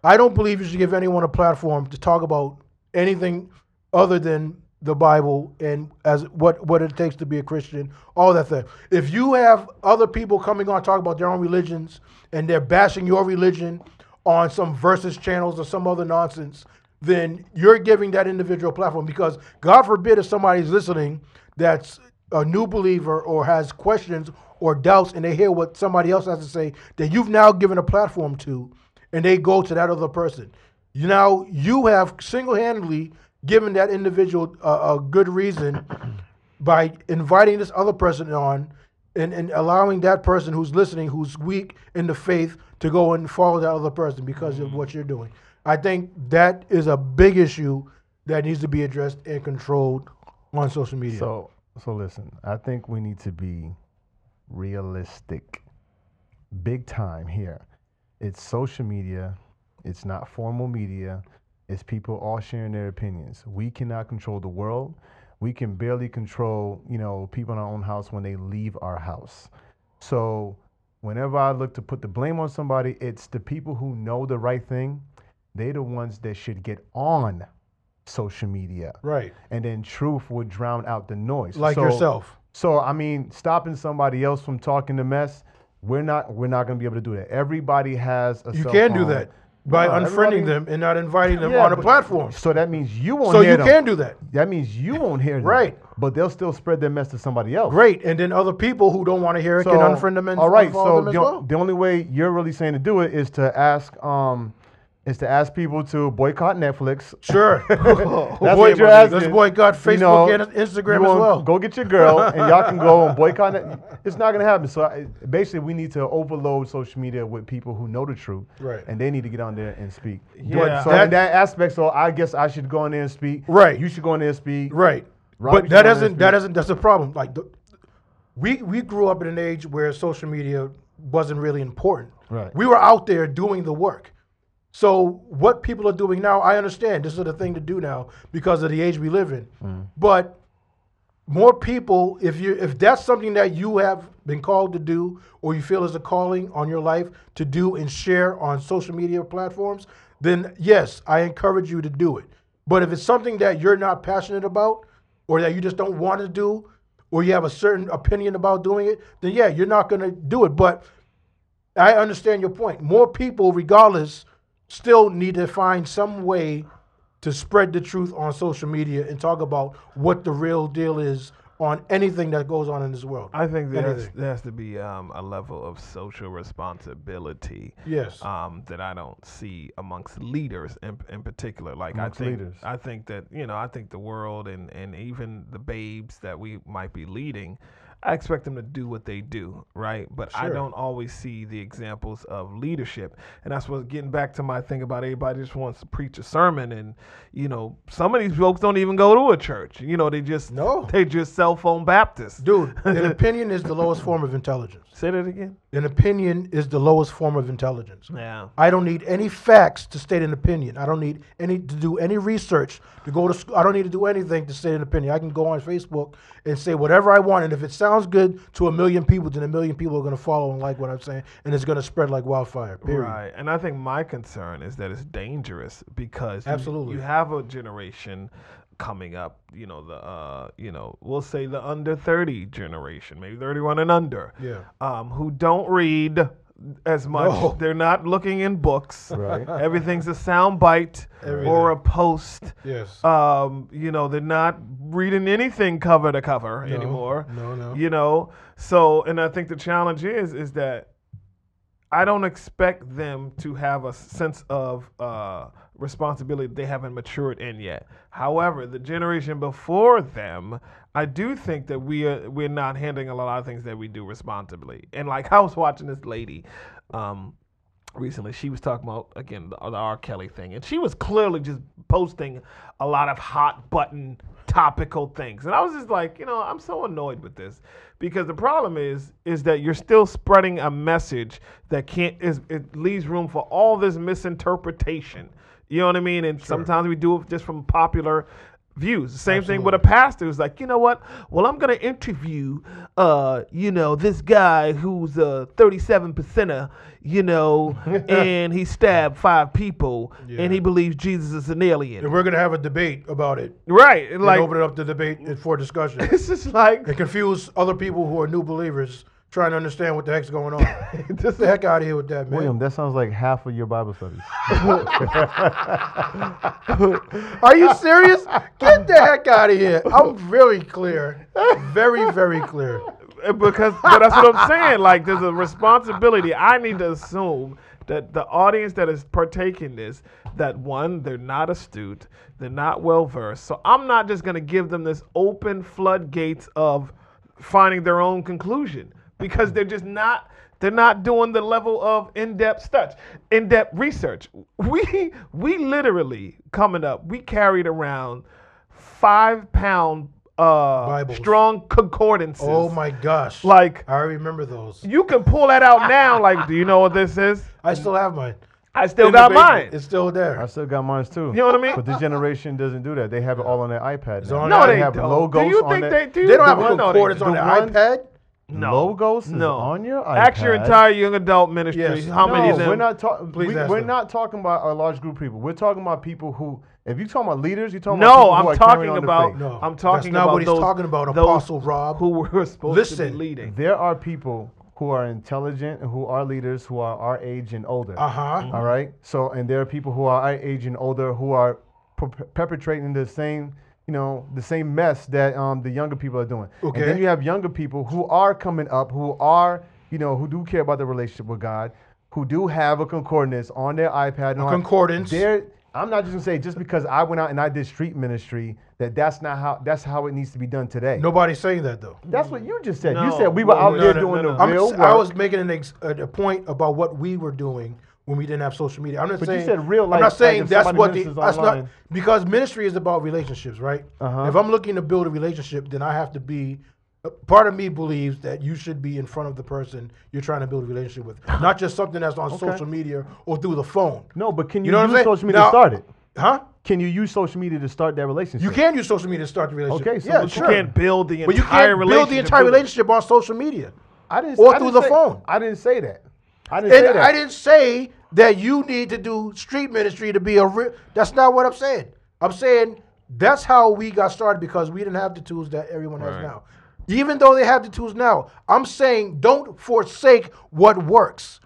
Speaker 3: I don't believe you should give anyone a platform to talk about anything other than the Bible and as what what it takes to be a Christian, all that thing. If you have other people coming on talking about their own religions and they're bashing your religion on some versus channels or some other nonsense, then you're giving that individual a platform because God forbid if somebody's listening that's a new believer or has questions or doubts and they hear what somebody else has to say that you've now given a platform to and they go to that other person. You now you have single-handedly given that individual a, a good reason by inviting this other person on and, and allowing that person who's listening, who's weak in the faith, to go and follow that other person because of what you're doing. I think that is a big issue that needs to be addressed and controlled on social media.
Speaker 4: So, so listen. I think we need to be realistic, big time here. It's social media. It's not formal media. It's people all sharing their opinions. We cannot control the world. We can barely control, you know, people in our own house when they leave our house. So, whenever I look to put the blame on somebody, it's the people who know the right thing. They're the ones that should get on social media
Speaker 3: right.
Speaker 4: and then truth would drown out the noise.
Speaker 3: Like
Speaker 4: So-
Speaker 3: yourself.
Speaker 4: So I mean, stopping somebody else from talking the mess, we're not we're not gonna be able to do that. Everybody has a
Speaker 3: You
Speaker 4: cell
Speaker 3: can do
Speaker 4: phone.
Speaker 3: that by
Speaker 4: No, everybody-
Speaker 3: unfriending them and not inviting them
Speaker 4: Yeah,
Speaker 3: on a
Speaker 4: but-
Speaker 3: platform.
Speaker 4: So that means you won't
Speaker 3: So
Speaker 4: hear
Speaker 3: you
Speaker 4: them.
Speaker 3: can do that.
Speaker 4: That means you won't hear them.
Speaker 3: Right.
Speaker 4: But they'll still spread their mess to somebody else.
Speaker 3: Great. And then other people who don't want to hear it
Speaker 4: So,
Speaker 3: can unfriend them and
Speaker 4: all right.
Speaker 3: unfollow
Speaker 4: So
Speaker 3: them as
Speaker 4: the, o-
Speaker 3: well.
Speaker 4: the only way you're really saying to do it is to ask, um, is to ask people to boycott Netflix
Speaker 3: Sure.
Speaker 4: That's
Speaker 3: Boy-
Speaker 4: what you're asking.
Speaker 3: Let's boycott
Speaker 4: You
Speaker 3: Facebook
Speaker 4: know,
Speaker 3: and Instagram
Speaker 4: you
Speaker 3: as
Speaker 4: wanna
Speaker 3: well.
Speaker 4: Go get your girl, and y'all can go and boycott it. It's not gonna happen. So I, basically, we need to overload social media with people who know the truth,
Speaker 3: Right.
Speaker 4: and they need to get on there and speak.
Speaker 2: Yeah.
Speaker 4: so
Speaker 3: That-
Speaker 4: in that aspect, so I guess I should go in there and speak.
Speaker 3: Right.
Speaker 4: You should go in there and speak.
Speaker 3: Right.
Speaker 4: Robert
Speaker 3: but that
Speaker 4: Schumann has
Speaker 3: doesn't
Speaker 4: been-
Speaker 3: that doesn't that's the problem. Like the, we we grew up in an age where social media wasn't really important.
Speaker 4: Right.
Speaker 3: We were out there doing the work. So what people are doing now, I understand this is the thing to do now because of the age we live in.
Speaker 4: Mm.
Speaker 3: But more people, if you if that's something that you have been called to do or you feel is a calling on your life to do and share on social media platforms, then yes, I encourage you to do it. But if it's something that you're not passionate about or that you just don't want to do or you have a certain opinion about doing it, then yeah, you're not going to do it. But I understand your point. More people, regardless, still need to find some way to spread the truth on social media and talk about what the real deal is on anything that goes on in this world.
Speaker 2: I think there has,
Speaker 3: Anything.
Speaker 2: there has to be um, a level of social responsibility.
Speaker 3: Yes.
Speaker 2: Um, that I don't see amongst leaders in, in particular. Like
Speaker 4: Amongst
Speaker 2: I think
Speaker 4: leaders.
Speaker 2: I think that you know I think the world and and even the babes that we might be leading. I expect them to do what they do, right? But I
Speaker 3: Sure.
Speaker 2: don't always see the examples of leadership. And that's what getting back to my thing about everybody just wants to preach a sermon and you know, some of these folks don't even go to a church. You know, they just
Speaker 3: No.
Speaker 2: they just cell phone Baptists.
Speaker 3: Dude, an opinion is the lowest form of intelligence.
Speaker 2: Say that again.
Speaker 3: An opinion is the lowest form of intelligence.
Speaker 2: Yeah.
Speaker 3: I don't need any facts to state an opinion. I don't need any to do any research to go to school. I don't need to do anything to state an opinion. I can go on Facebook and say whatever I want, and if it sounds good to a million people, then a million people are going to follow and like what I'm saying, and it's going to spread like wildfire. Period.
Speaker 2: Right. And I think my concern is that it's dangerous because you-
Speaker 3: Absolutely.
Speaker 2: you, have a generation coming up, you know, the uh, you know, we'll say the under 30 generation, maybe 31 and under.
Speaker 3: Yeah.
Speaker 2: Um, who don't read as much.
Speaker 3: No.
Speaker 2: They're not looking in books.
Speaker 4: Right.
Speaker 2: Everything's a sound bite or a post.
Speaker 3: Yes.
Speaker 2: Um, you know, they're not reading anything cover to cover anymore.
Speaker 3: No, no.
Speaker 2: You know, so and I think the challenge is is that I don't expect them to have a sense of uh, responsibility they haven't matured in yet. However, the generation before them, I do think that we are we're not handling a lot of things that we do responsibly. And like I was watching this lady. Um, recently she was talking about again the, the R. Kelly thing, and she was clearly just posting a lot of hot button topical things, and I was just like, you know, I'm so annoyed with this because the problem is is that you're still spreading a message that can't is it leaves room for all this misinterpretation. You know what I mean? And sometimes we do it just from popular views. The same thing with a pastor who's like, you know what? Well, I'm gonna interview, uh, you know, this guy who's a 37 percenter, you know, and he stabbed five people, and he believes Jesus is an
Speaker 3: and
Speaker 2: alien,
Speaker 3: we're going to have a debate about it.
Speaker 2: right? And like,
Speaker 3: Like, and open it up to debate and for discussion.
Speaker 2: it's just like
Speaker 3: and confuse other people who are new believers trying to understand what the heck's going on. Get the heck out of here with that, man.
Speaker 4: William, that sounds like half of your Bible studies.
Speaker 3: Are you serious? Get the heck out of here. I'm very clear. Very, very clear.
Speaker 2: Uh, because but that's what I'm saying. Like there's a responsibility. I need to assume that the audience that is partaking this, that one, they're not astute, they're not well versed. So I'm not just gonna give them this open floodgates of finding their own conclusion because they're just not they're not doing the level of in-depth stuff, in-depth research. We we literally coming up, we carried around five pound uh,
Speaker 3: Bibles.
Speaker 2: strong concordances.
Speaker 3: Oh my gosh.
Speaker 2: Like
Speaker 3: I remember those.
Speaker 2: you can pull that out now. Like, do you know what this is?
Speaker 3: I still have mine.
Speaker 2: I still
Speaker 3: In the
Speaker 2: got
Speaker 3: basement.
Speaker 2: mine.
Speaker 3: It's still
Speaker 4: I
Speaker 3: there.
Speaker 4: still got mines too. You
Speaker 2: know what I mean?
Speaker 4: But this generation doesn't do that. They have it all on their iPad. Now.
Speaker 3: on
Speaker 2: no,
Speaker 3: I
Speaker 2: they
Speaker 4: have
Speaker 2: don't.
Speaker 4: logos
Speaker 2: do you
Speaker 4: on
Speaker 2: think
Speaker 4: their-
Speaker 2: they do?
Speaker 3: They don't have
Speaker 2: No, they
Speaker 3: concordance
Speaker 2: don't.
Speaker 3: on the
Speaker 4: ones-
Speaker 3: iPad.
Speaker 2: No.
Speaker 4: Logos is
Speaker 2: No.
Speaker 4: on your iPad.
Speaker 2: Ask your entire young adult ministry.
Speaker 3: Yes.
Speaker 2: How many
Speaker 4: No,
Speaker 2: of them?
Speaker 4: we're not talking.
Speaker 3: Please
Speaker 4: We,
Speaker 3: ask
Speaker 4: we're
Speaker 3: them.
Speaker 4: not talking about a large group of people. We're talking about people who. If you're talking about leaders, you're talking about
Speaker 2: no,
Speaker 4: people who
Speaker 2: I'm
Speaker 4: are carrying
Speaker 2: talking
Speaker 4: on the
Speaker 2: about.
Speaker 4: faith.
Speaker 3: No,
Speaker 2: I'm
Speaker 3: that's
Speaker 2: talking
Speaker 3: not
Speaker 2: about
Speaker 3: what he's
Speaker 2: those-
Speaker 3: talking about,
Speaker 2: those
Speaker 3: Apostle Rob.
Speaker 2: who were supposed to be
Speaker 3: Listen.
Speaker 2: leading.
Speaker 4: There are people who are intelligent and who are leaders who are our age and older.
Speaker 3: Uh huh.
Speaker 4: All right. So, and there are people who are our age and older who are per- perpetrating the same, you know, the same mess that um, the younger people are doing. And then
Speaker 3: Okay.
Speaker 4: you have younger people who are coming up, who are, you know, who do care about the relationship with God, who do have a concordance on their iPad. and all that.
Speaker 3: concordance.
Speaker 4: There, I'm not just gonna say just because I went out and I did street ministry that that's not how that's how it needs to be done today.
Speaker 3: Nobody's saying that though.
Speaker 4: That's what you just said.
Speaker 2: No.
Speaker 4: You said we were
Speaker 2: No,
Speaker 4: out
Speaker 2: no,
Speaker 4: there
Speaker 2: no,
Speaker 4: doing
Speaker 2: no,
Speaker 4: the
Speaker 2: no.
Speaker 3: I'm,
Speaker 4: real
Speaker 3: s-
Speaker 4: work.
Speaker 3: I was making an ex, a, a point about what we were doing when we didn't have social media. I'm not
Speaker 4: But you
Speaker 3: saying
Speaker 4: said real
Speaker 3: I'm
Speaker 4: life,
Speaker 3: not
Speaker 4: like
Speaker 3: saying
Speaker 4: if
Speaker 3: that's
Speaker 4: somebody
Speaker 3: what the
Speaker 4: ministers
Speaker 3: that's not
Speaker 4: online.
Speaker 3: because ministry is about relationships, right?
Speaker 4: Uh-huh.
Speaker 3: If I'm looking to build a relationship, then I have to be. uh, Part of me believes that you should be in front of the person you're trying to build a relationship with, not just something that's on social media or through the phone.
Speaker 4: no, but can you,
Speaker 3: You know what I'm
Speaker 4: use
Speaker 3: saying?
Speaker 4: social media to
Speaker 3: Now-
Speaker 4: start it?
Speaker 3: Huh?
Speaker 4: Can you use social media to start that relationship?
Speaker 3: You can use social media to start the relationship.
Speaker 4: Okay, so
Speaker 3: yeah,
Speaker 4: but
Speaker 2: you
Speaker 3: sure.
Speaker 2: can't build the entire
Speaker 3: but you can't build the
Speaker 2: relationship
Speaker 3: entire
Speaker 2: with it.
Speaker 3: relationship on social media.
Speaker 4: I didn't.
Speaker 3: Or
Speaker 4: I
Speaker 3: through
Speaker 4: didn't
Speaker 3: the
Speaker 4: say-
Speaker 3: phone.
Speaker 4: I didn't say that. I didn't
Speaker 3: And
Speaker 4: say that.
Speaker 3: I didn't say that you need to do street ministry to be a real. That's not what I'm saying. I'm saying that's how we got started because we didn't have the tools that everyone has now. Even though they have the tools now, I'm saying don't forsake what works.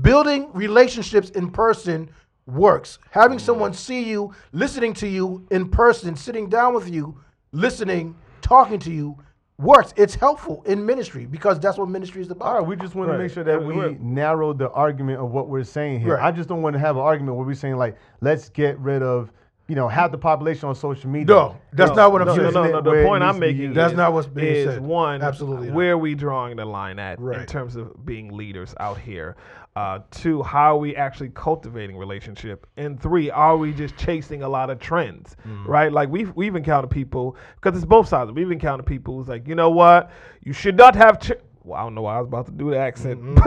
Speaker 3: Building relationships in person works. Having
Speaker 4: Mm-hmm.
Speaker 3: someone see you, listening to you in person, sitting down with you, listening, talking to you works. It's helpful in ministry because that's what ministry is about.
Speaker 4: All right, we just want to
Speaker 2: Right.
Speaker 4: make sure that
Speaker 2: Uh,
Speaker 4: we
Speaker 2: we're-
Speaker 4: narrowed the argument of what we're saying here.
Speaker 3: Right.
Speaker 4: I just don't want to have an argument where we're saying like, let's get rid of you know, half the population on social media.
Speaker 3: No, that's not what I'm
Speaker 2: no,
Speaker 3: saying.
Speaker 2: no, no, no. The
Speaker 4: Where it
Speaker 2: point I'm
Speaker 4: needs to be
Speaker 2: making
Speaker 4: used.
Speaker 3: That's
Speaker 2: is-
Speaker 3: not what's being
Speaker 2: is
Speaker 3: said.
Speaker 2: one
Speaker 3: Absolutely not.
Speaker 2: where are we drawing the line at in
Speaker 3: Right.
Speaker 2: terms of being leaders out here. Uh, two, how are we actually cultivating relationship? And three, are we just chasing a lot of trends,
Speaker 3: Mm.
Speaker 2: right? Like we've we've encountered people because it's both sides. We've encountered people who's like, you know what, you should not have. Ch-. Well, I don't know why I was about to do the accent. I don't know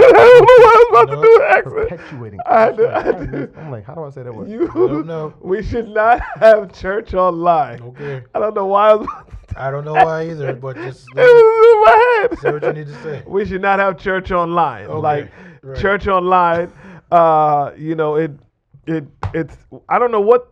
Speaker 2: why I was about to do the accent.
Speaker 4: Perpetuating.
Speaker 2: I had to- I had to-
Speaker 4: I'm, like, how do I say that word?
Speaker 2: You,
Speaker 3: know.
Speaker 2: we should not have church online.
Speaker 3: Okay.
Speaker 2: I don't know why I was about to
Speaker 3: I don't know why either, but just
Speaker 2: It was in my
Speaker 3: say
Speaker 2: head.
Speaker 3: what you need to say.
Speaker 2: We should not have church online. Like
Speaker 3: right.
Speaker 2: church online, uh, you know, it it it's I don't know what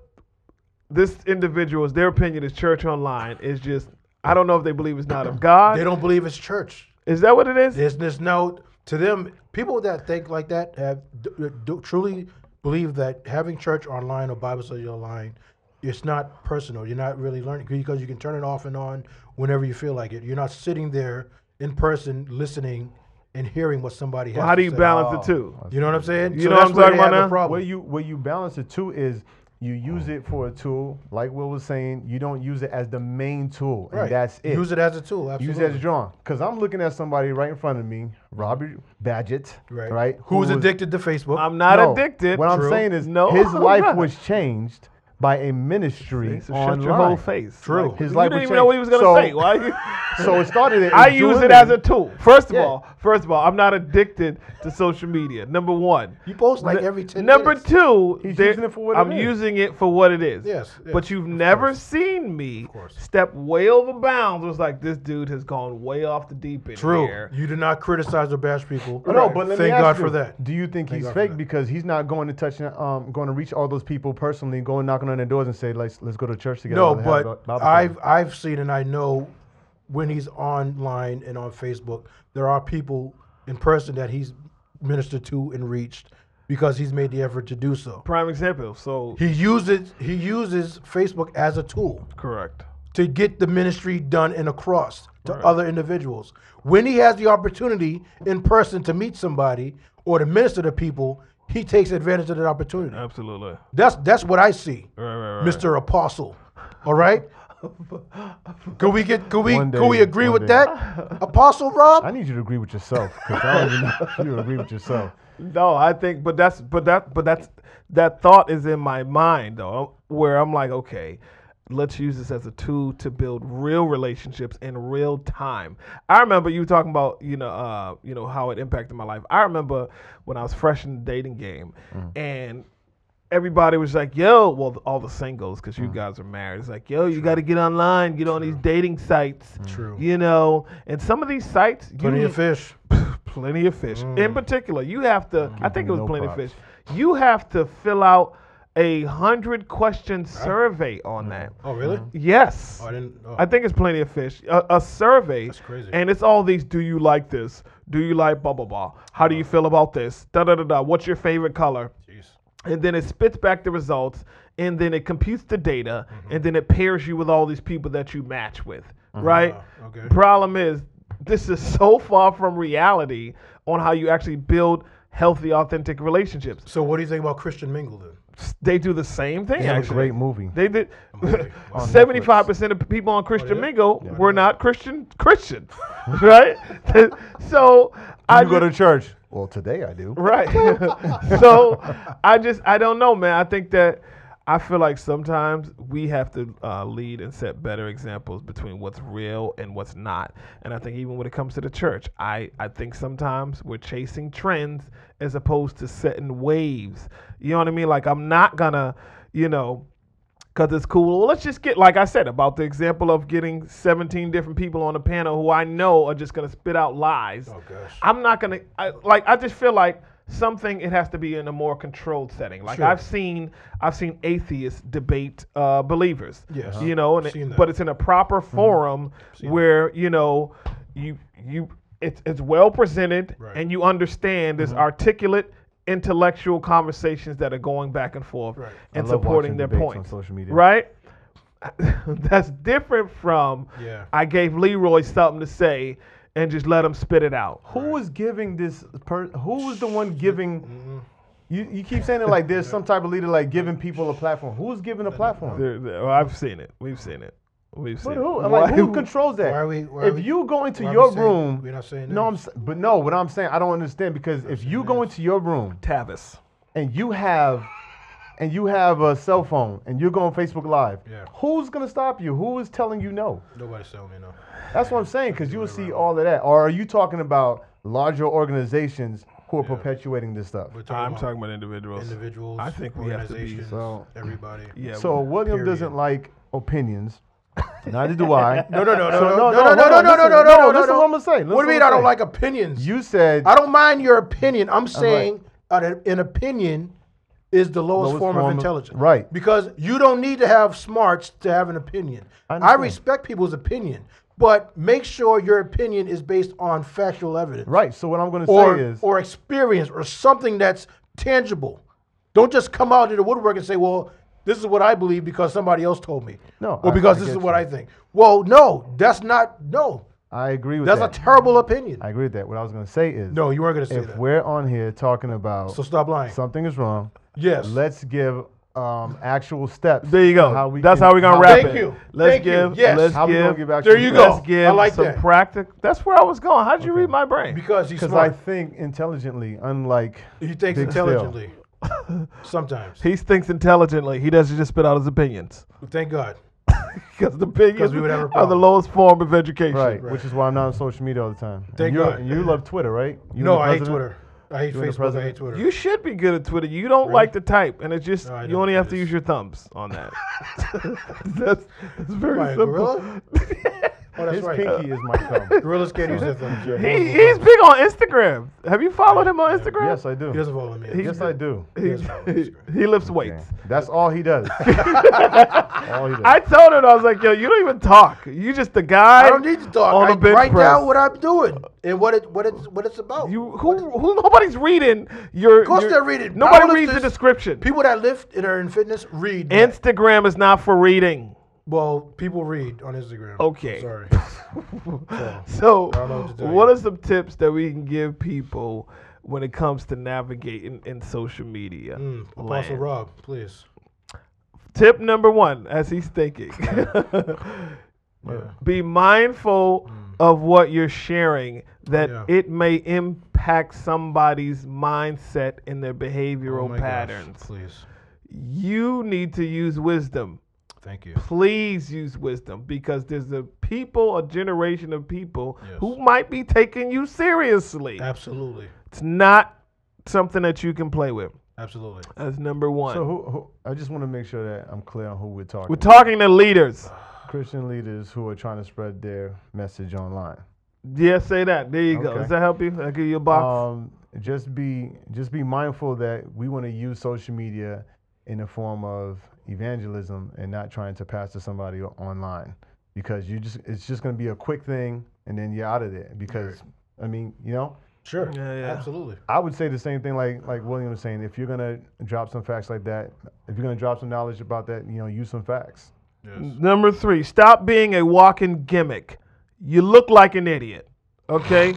Speaker 2: this individual's their opinion is church online is just I don't know if they believe it's not of God.
Speaker 3: They don't believe it's church.
Speaker 2: Is that what it is?
Speaker 3: There's this note to them. People that think like that have do, do, truly believe that having church online or Bible study online, it's not personal. You're not really learning because you can turn it off and on whenever you feel like it. You're not sitting there in person listening and hearing what somebody has.
Speaker 2: How do
Speaker 3: to
Speaker 2: you
Speaker 3: say.
Speaker 2: balance the two?
Speaker 3: You know what I'm saying?
Speaker 2: You know what
Speaker 3: that's
Speaker 2: I'm
Speaker 3: where
Speaker 2: talking
Speaker 3: they have
Speaker 2: about
Speaker 3: a
Speaker 2: now?
Speaker 3: problem.
Speaker 4: Where you where you balance it too is you use it for a tool, like Will was saying. You don't use it as the main tool, and
Speaker 3: Right.
Speaker 4: that's it.
Speaker 3: Use it as a tool. Absolutely.
Speaker 4: Use it as drawn. Because I'm looking at somebody right in front of me, Robbie Badgett, right?
Speaker 3: Who's
Speaker 4: who was-
Speaker 3: addicted to Facebook?
Speaker 2: I'm not
Speaker 4: No,
Speaker 2: addicted.
Speaker 4: What
Speaker 2: True.
Speaker 4: I'm saying is,
Speaker 2: no,
Speaker 4: his
Speaker 2: I'm
Speaker 4: life
Speaker 2: not.
Speaker 4: was changed by a ministry
Speaker 2: See, so
Speaker 4: online.
Speaker 2: shut your whole face.
Speaker 3: True.
Speaker 4: His
Speaker 2: you
Speaker 4: life
Speaker 2: didn't
Speaker 4: was
Speaker 2: even know what he was
Speaker 4: changed.
Speaker 2: gonna
Speaker 4: So-
Speaker 2: say. Why? you-
Speaker 4: So it started. at
Speaker 2: I use it as a
Speaker 4: enjoying-
Speaker 2: tool. First of
Speaker 4: Yeah.
Speaker 2: all, first of all, I'm not addicted to social media. Number one,
Speaker 3: You post like
Speaker 2: N-
Speaker 3: every 10
Speaker 2: Number
Speaker 3: minutes.
Speaker 2: two,
Speaker 4: He's
Speaker 2: there-
Speaker 4: using it for what it
Speaker 2: I'm
Speaker 4: is.
Speaker 2: using it for what it is.
Speaker 3: Yes, yes,
Speaker 2: but you've never seen me step way over bounds. It was like this dude has gone way off the deep end
Speaker 3: True.
Speaker 2: here.
Speaker 3: You do not criticize or bash people.
Speaker 4: Oh, No, but let
Speaker 3: thank
Speaker 4: me ask
Speaker 3: God
Speaker 4: you,
Speaker 3: for that.
Speaker 4: Do you think
Speaker 3: Thank
Speaker 4: he's
Speaker 3: God for
Speaker 4: fake
Speaker 3: that.
Speaker 4: because he's not going to touch, um, going to reach all those people personally, going knocking on their doors and say, let's let's go to church together.
Speaker 3: No,
Speaker 4: and have a
Speaker 3: but
Speaker 4: Bible study."
Speaker 3: I've I've seen and I know when he's online and on Facebook, there are people in person that he's ministered to and reached because he's made the effort to do so.
Speaker 2: Prime example. So
Speaker 3: He uses he uses Facebook as a tool
Speaker 2: correct.
Speaker 3: to get the ministry done and across to other individuals. When he has the opportunity in person to meet somebody or to minister to people, he takes advantage of that opportunity.
Speaker 2: Absolutely.
Speaker 3: That's that's what I see,
Speaker 2: Right, right, right.
Speaker 3: Mr. Apostle. All right. could we get? Could we?
Speaker 4: One
Speaker 3: could we
Speaker 4: day,
Speaker 3: agree
Speaker 4: one
Speaker 3: with
Speaker 4: day.
Speaker 3: that, Apostle Rob?
Speaker 4: I need you to agree with yourself because I don't even know if you agree with yourself.
Speaker 2: No, I think, but that's, but that, but that's, that thought is in my mind though, where I'm like, okay, let's use this as a tool to build real relationships in real time. I remember you talking about, you know, uh, you know how it impacted my life. I remember when I was fresh in the dating game, and everybody was like, yo, well, th- all the singles, because you guys are married. It's like, yo, you got to get online, get on these dating sites.
Speaker 3: True.
Speaker 2: You know, and some of these sites, you
Speaker 3: Plenty
Speaker 2: need-
Speaker 3: of fish.
Speaker 2: Plenty of fish. In particular, you have to. I think it was
Speaker 4: no
Speaker 2: plenty of
Speaker 4: props.
Speaker 2: fish. You have to fill out a hundred question survey on that.
Speaker 3: Oh really?
Speaker 2: Yes.
Speaker 3: Oh, I didn't. Oh.
Speaker 2: Uh-huh. I think it's plenty of fish. A, a survey. That's
Speaker 3: crazy.
Speaker 2: And it's all these. Do you like this? Do you like blah blah blah? How do you feel about this? Da da da da. What's your favorite color?
Speaker 3: Jeez.
Speaker 2: and then it spits back the results and then it computes the data and then it pairs you with all these people that you match with right
Speaker 3: Wow, okay.
Speaker 2: problem is this is so far from reality on how you actually build healthy authentic relationships
Speaker 3: So what do you think about Christian Mingle then?
Speaker 2: they do the same thing
Speaker 4: It was a
Speaker 2: actually.
Speaker 4: great movie.
Speaker 2: they did
Speaker 3: movie. Wow.
Speaker 2: seventy-five percent of people on Christian
Speaker 3: yeah?
Speaker 2: Mingle were not Christian Christian, right? so I
Speaker 4: you go
Speaker 2: ju-
Speaker 4: to church. Well, today I do.
Speaker 2: Right. so I just I don't know, man. I think that I feel like sometimes we have to uh, lead and set better examples between what's real and what's not. And I think even when it comes to the church, I I think sometimes we're chasing trends as opposed to setting waves. You know what I mean? Like I'm not gonna, you know. Cause it's cool. Well, let's just get, like I said, about the example of getting 17 different people on a panel who I know are just gonna spit out lies.
Speaker 3: Oh, gosh.
Speaker 2: I'm not gonna I, like. I just feel like something. It has to be in a more controlled setting. Like
Speaker 3: Sure.
Speaker 2: I've seen, I've seen atheists debate uh, believers.
Speaker 3: Yes.
Speaker 2: you know, and
Speaker 3: Seen
Speaker 2: it,
Speaker 3: that. Mm-hmm.
Speaker 2: but it's in a proper forum where you know, you you it's it's well presented
Speaker 3: Right. Mm-hmm.
Speaker 2: and you understand there's articulate intellectual conversations that are going back and forth
Speaker 3: Right.
Speaker 4: I
Speaker 2: and
Speaker 4: love
Speaker 2: supporting
Speaker 4: watching
Speaker 2: their
Speaker 4: debates
Speaker 2: points
Speaker 4: on social media.
Speaker 2: right? That's different from
Speaker 3: Yeah.
Speaker 2: I gave Leroy something to say and just let him spit it out.
Speaker 4: Who was giving this? Per, who was the one giving You, you keep saying it like there's some type of leader like giving people a platform. Who's giving a platform?
Speaker 2: There- there- well, I've seen it. We've seen it. We've seen
Speaker 4: But
Speaker 2: it.
Speaker 4: who? I'm like,
Speaker 2: Why-
Speaker 4: who controls that?
Speaker 3: Why are we- why are
Speaker 4: if
Speaker 3: we-
Speaker 4: you go into
Speaker 3: why are we
Speaker 4: your
Speaker 3: saying-
Speaker 4: room,
Speaker 3: we're not saying
Speaker 4: no, I'm,
Speaker 3: names.
Speaker 4: s- but no, what I'm saying, I don't understand because if you go into your room
Speaker 2: Tavis.
Speaker 4: and you have, and you have a cell phone and you're going Facebook Live,
Speaker 3: Yeah.
Speaker 4: who's gonna stop you? Who is telling you no?
Speaker 3: Nobody's telling me no.
Speaker 4: That's what I'm saying because you will see all of that. Or are you talking about larger organizations who are perpetuating this stuff?
Speaker 3: We're talking
Speaker 2: I'm
Speaker 3: about
Speaker 2: talking about individuals.
Speaker 3: individuals,
Speaker 2: I think we have to be.
Speaker 3: organizations,
Speaker 4: so-
Speaker 3: everybody.
Speaker 2: Yeah.
Speaker 4: So
Speaker 2: we-
Speaker 4: William
Speaker 3: period.
Speaker 4: doesn't like opinions. Neither do I.
Speaker 3: No, no, no, no,
Speaker 4: So,
Speaker 3: no, no, no, no, no, no, no,
Speaker 4: listen,
Speaker 3: no, no,
Speaker 4: Listen
Speaker 3: no.
Speaker 4: what I'm gonna say.
Speaker 3: What do you mean I don't like opinions?
Speaker 4: You said
Speaker 3: I don't mind your opinion. I'm saying an, an opinion is the lowest,
Speaker 4: Lowest
Speaker 3: form,
Speaker 4: form
Speaker 3: of
Speaker 4: of-
Speaker 3: intelligence.
Speaker 4: right.
Speaker 3: Because you don't need to have smarts to have an opinion. I,
Speaker 4: understand.
Speaker 3: respect people's opinion, but make sure your opinion is based on factual evidence.
Speaker 4: right. So what I'm gonna
Speaker 3: Or,
Speaker 4: say is
Speaker 3: or experience or something that's tangible. Don't just come out of the woodwork and say, well, this is what I believe because somebody else told me.
Speaker 4: No,
Speaker 3: Or
Speaker 4: I-
Speaker 3: because
Speaker 4: I
Speaker 3: this is
Speaker 4: get
Speaker 3: what
Speaker 4: you.
Speaker 3: I think. Well, no, that's not, no.
Speaker 4: I agree with
Speaker 3: That's
Speaker 4: that.
Speaker 3: a terrible opinion.
Speaker 4: I agree with that. What I was gonna say is
Speaker 3: no, you weren't going to say
Speaker 4: if
Speaker 3: that.
Speaker 4: we're on here talking about
Speaker 3: So stop lying.
Speaker 4: something is wrong,
Speaker 3: yes.
Speaker 4: let's give um, actual steps.
Speaker 2: There you go.
Speaker 4: to How we
Speaker 2: That's
Speaker 4: can-
Speaker 2: how we're gonna wrap
Speaker 3: Thank
Speaker 2: it.
Speaker 3: you.
Speaker 2: Let's
Speaker 3: Thank you.
Speaker 2: give.
Speaker 3: Yes.
Speaker 2: Let's
Speaker 4: How we gonna
Speaker 2: give.
Speaker 4: give actual
Speaker 3: There you
Speaker 4: steps.
Speaker 3: go.
Speaker 2: Let's give
Speaker 3: I like
Speaker 2: some
Speaker 3: that.
Speaker 2: practical. That's where I was going. How'd you read my brain?
Speaker 3: because he's
Speaker 4: Because I
Speaker 3: smart.
Speaker 4: think intelligently, unlike
Speaker 3: he thinks
Speaker 4: Big Phil.
Speaker 3: intelligently. Sometimes.
Speaker 2: he thinks intelligently. He doesn't just spit out his opinions
Speaker 3: Thank God.
Speaker 2: because the opinions
Speaker 3: we would have a
Speaker 2: are the
Speaker 3: problem.
Speaker 2: lowest form of education.
Speaker 4: Right, which is why I'm not on social media all the time. And
Speaker 3: Thank
Speaker 4: you're-
Speaker 3: God.
Speaker 4: You love Twitter, right? You
Speaker 3: No,
Speaker 4: and the
Speaker 3: I hate
Speaker 4: president?
Speaker 3: Twitter. I hate
Speaker 4: You and the
Speaker 3: Facebook. I
Speaker 4: president?
Speaker 3: hate Twitter.
Speaker 2: You should be good at Twitter. You don't like to type, and it's just
Speaker 3: No, I
Speaker 2: you
Speaker 3: don't.
Speaker 2: only
Speaker 3: I
Speaker 2: have to
Speaker 3: just-
Speaker 2: use your thumbs on that. that's, that's very
Speaker 3: Why, a
Speaker 2: simple.
Speaker 3: gorilla? oh, that's
Speaker 4: His
Speaker 3: right.
Speaker 4: pinky is my thumb.
Speaker 3: Gorillas can't use their thumbs. Yeah.
Speaker 2: He, he's big on Instagram. Have you followed him on Instagram?
Speaker 4: yes, I do.
Speaker 3: He doesn't follow me.
Speaker 4: yes, I do.
Speaker 3: He doesn't follow me on Instagram.
Speaker 2: He lifts weights.
Speaker 4: That's all he does. all he does.
Speaker 2: I told him I was like, "Yo, you don't even talk. You just the guy."
Speaker 3: I don't need to talk.
Speaker 2: on
Speaker 3: I
Speaker 2: the bench
Speaker 3: write
Speaker 2: press.
Speaker 3: down what I'm doing and what it what it's what it's about.
Speaker 2: You who who nobody's reading your.
Speaker 3: of course
Speaker 2: your-
Speaker 3: they're reading.
Speaker 2: Nobody
Speaker 3: Powerlifters-
Speaker 2: reads the description.
Speaker 3: People that lift and are in fitness read. that.
Speaker 2: Instagram is not for reading.
Speaker 3: well, people read on Instagram.
Speaker 2: Okay.
Speaker 3: Sorry.
Speaker 2: So,
Speaker 3: don't know what to tell
Speaker 2: what
Speaker 3: you.
Speaker 2: are some tips that we can give people when it comes to navigating in social media?
Speaker 3: Mm, Apostle
Speaker 2: land?
Speaker 3: Rob, please. Oh
Speaker 2: Tip number one, as he's thinking,
Speaker 3: Yeah. Mm.
Speaker 2: be mindful of what you're sharing, that
Speaker 3: Yeah.
Speaker 2: it may impact somebody's mindset and their behavioral
Speaker 3: Oh my gosh,
Speaker 2: patterns.
Speaker 3: Please.
Speaker 2: You need to use wisdom.
Speaker 3: Thank you.
Speaker 2: please use wisdom because there's a people, a generation of people
Speaker 3: Yes.
Speaker 2: who might be taking you seriously.
Speaker 3: Absolutely.
Speaker 2: It's not something that you can play with.
Speaker 3: Absolutely.
Speaker 2: That's number one.
Speaker 4: so who, who, I just want to make sure that I'm clear on who we're talking.
Speaker 2: We're talking to leaders.
Speaker 4: Christian leaders who are trying to spread their message online.
Speaker 2: Yeah, say that. There you go.
Speaker 4: Okay.
Speaker 2: Does that help you? I give you a box.
Speaker 4: Um, just be just be mindful that we want to use social media in the form of evangelism and not trying to pastor somebody o- online because you just it's just going to be a quick thing and then you're out of there because I mean you know
Speaker 3: Sure.
Speaker 2: Yeah, yeah.
Speaker 3: Absolutely.
Speaker 4: I would say the same thing like like William was saying if you're going to drop some facts like that if you're going to drop some knowledge about that you know use some facts
Speaker 2: number three, stop being a walking gimmick. You look like an idiot. Okay?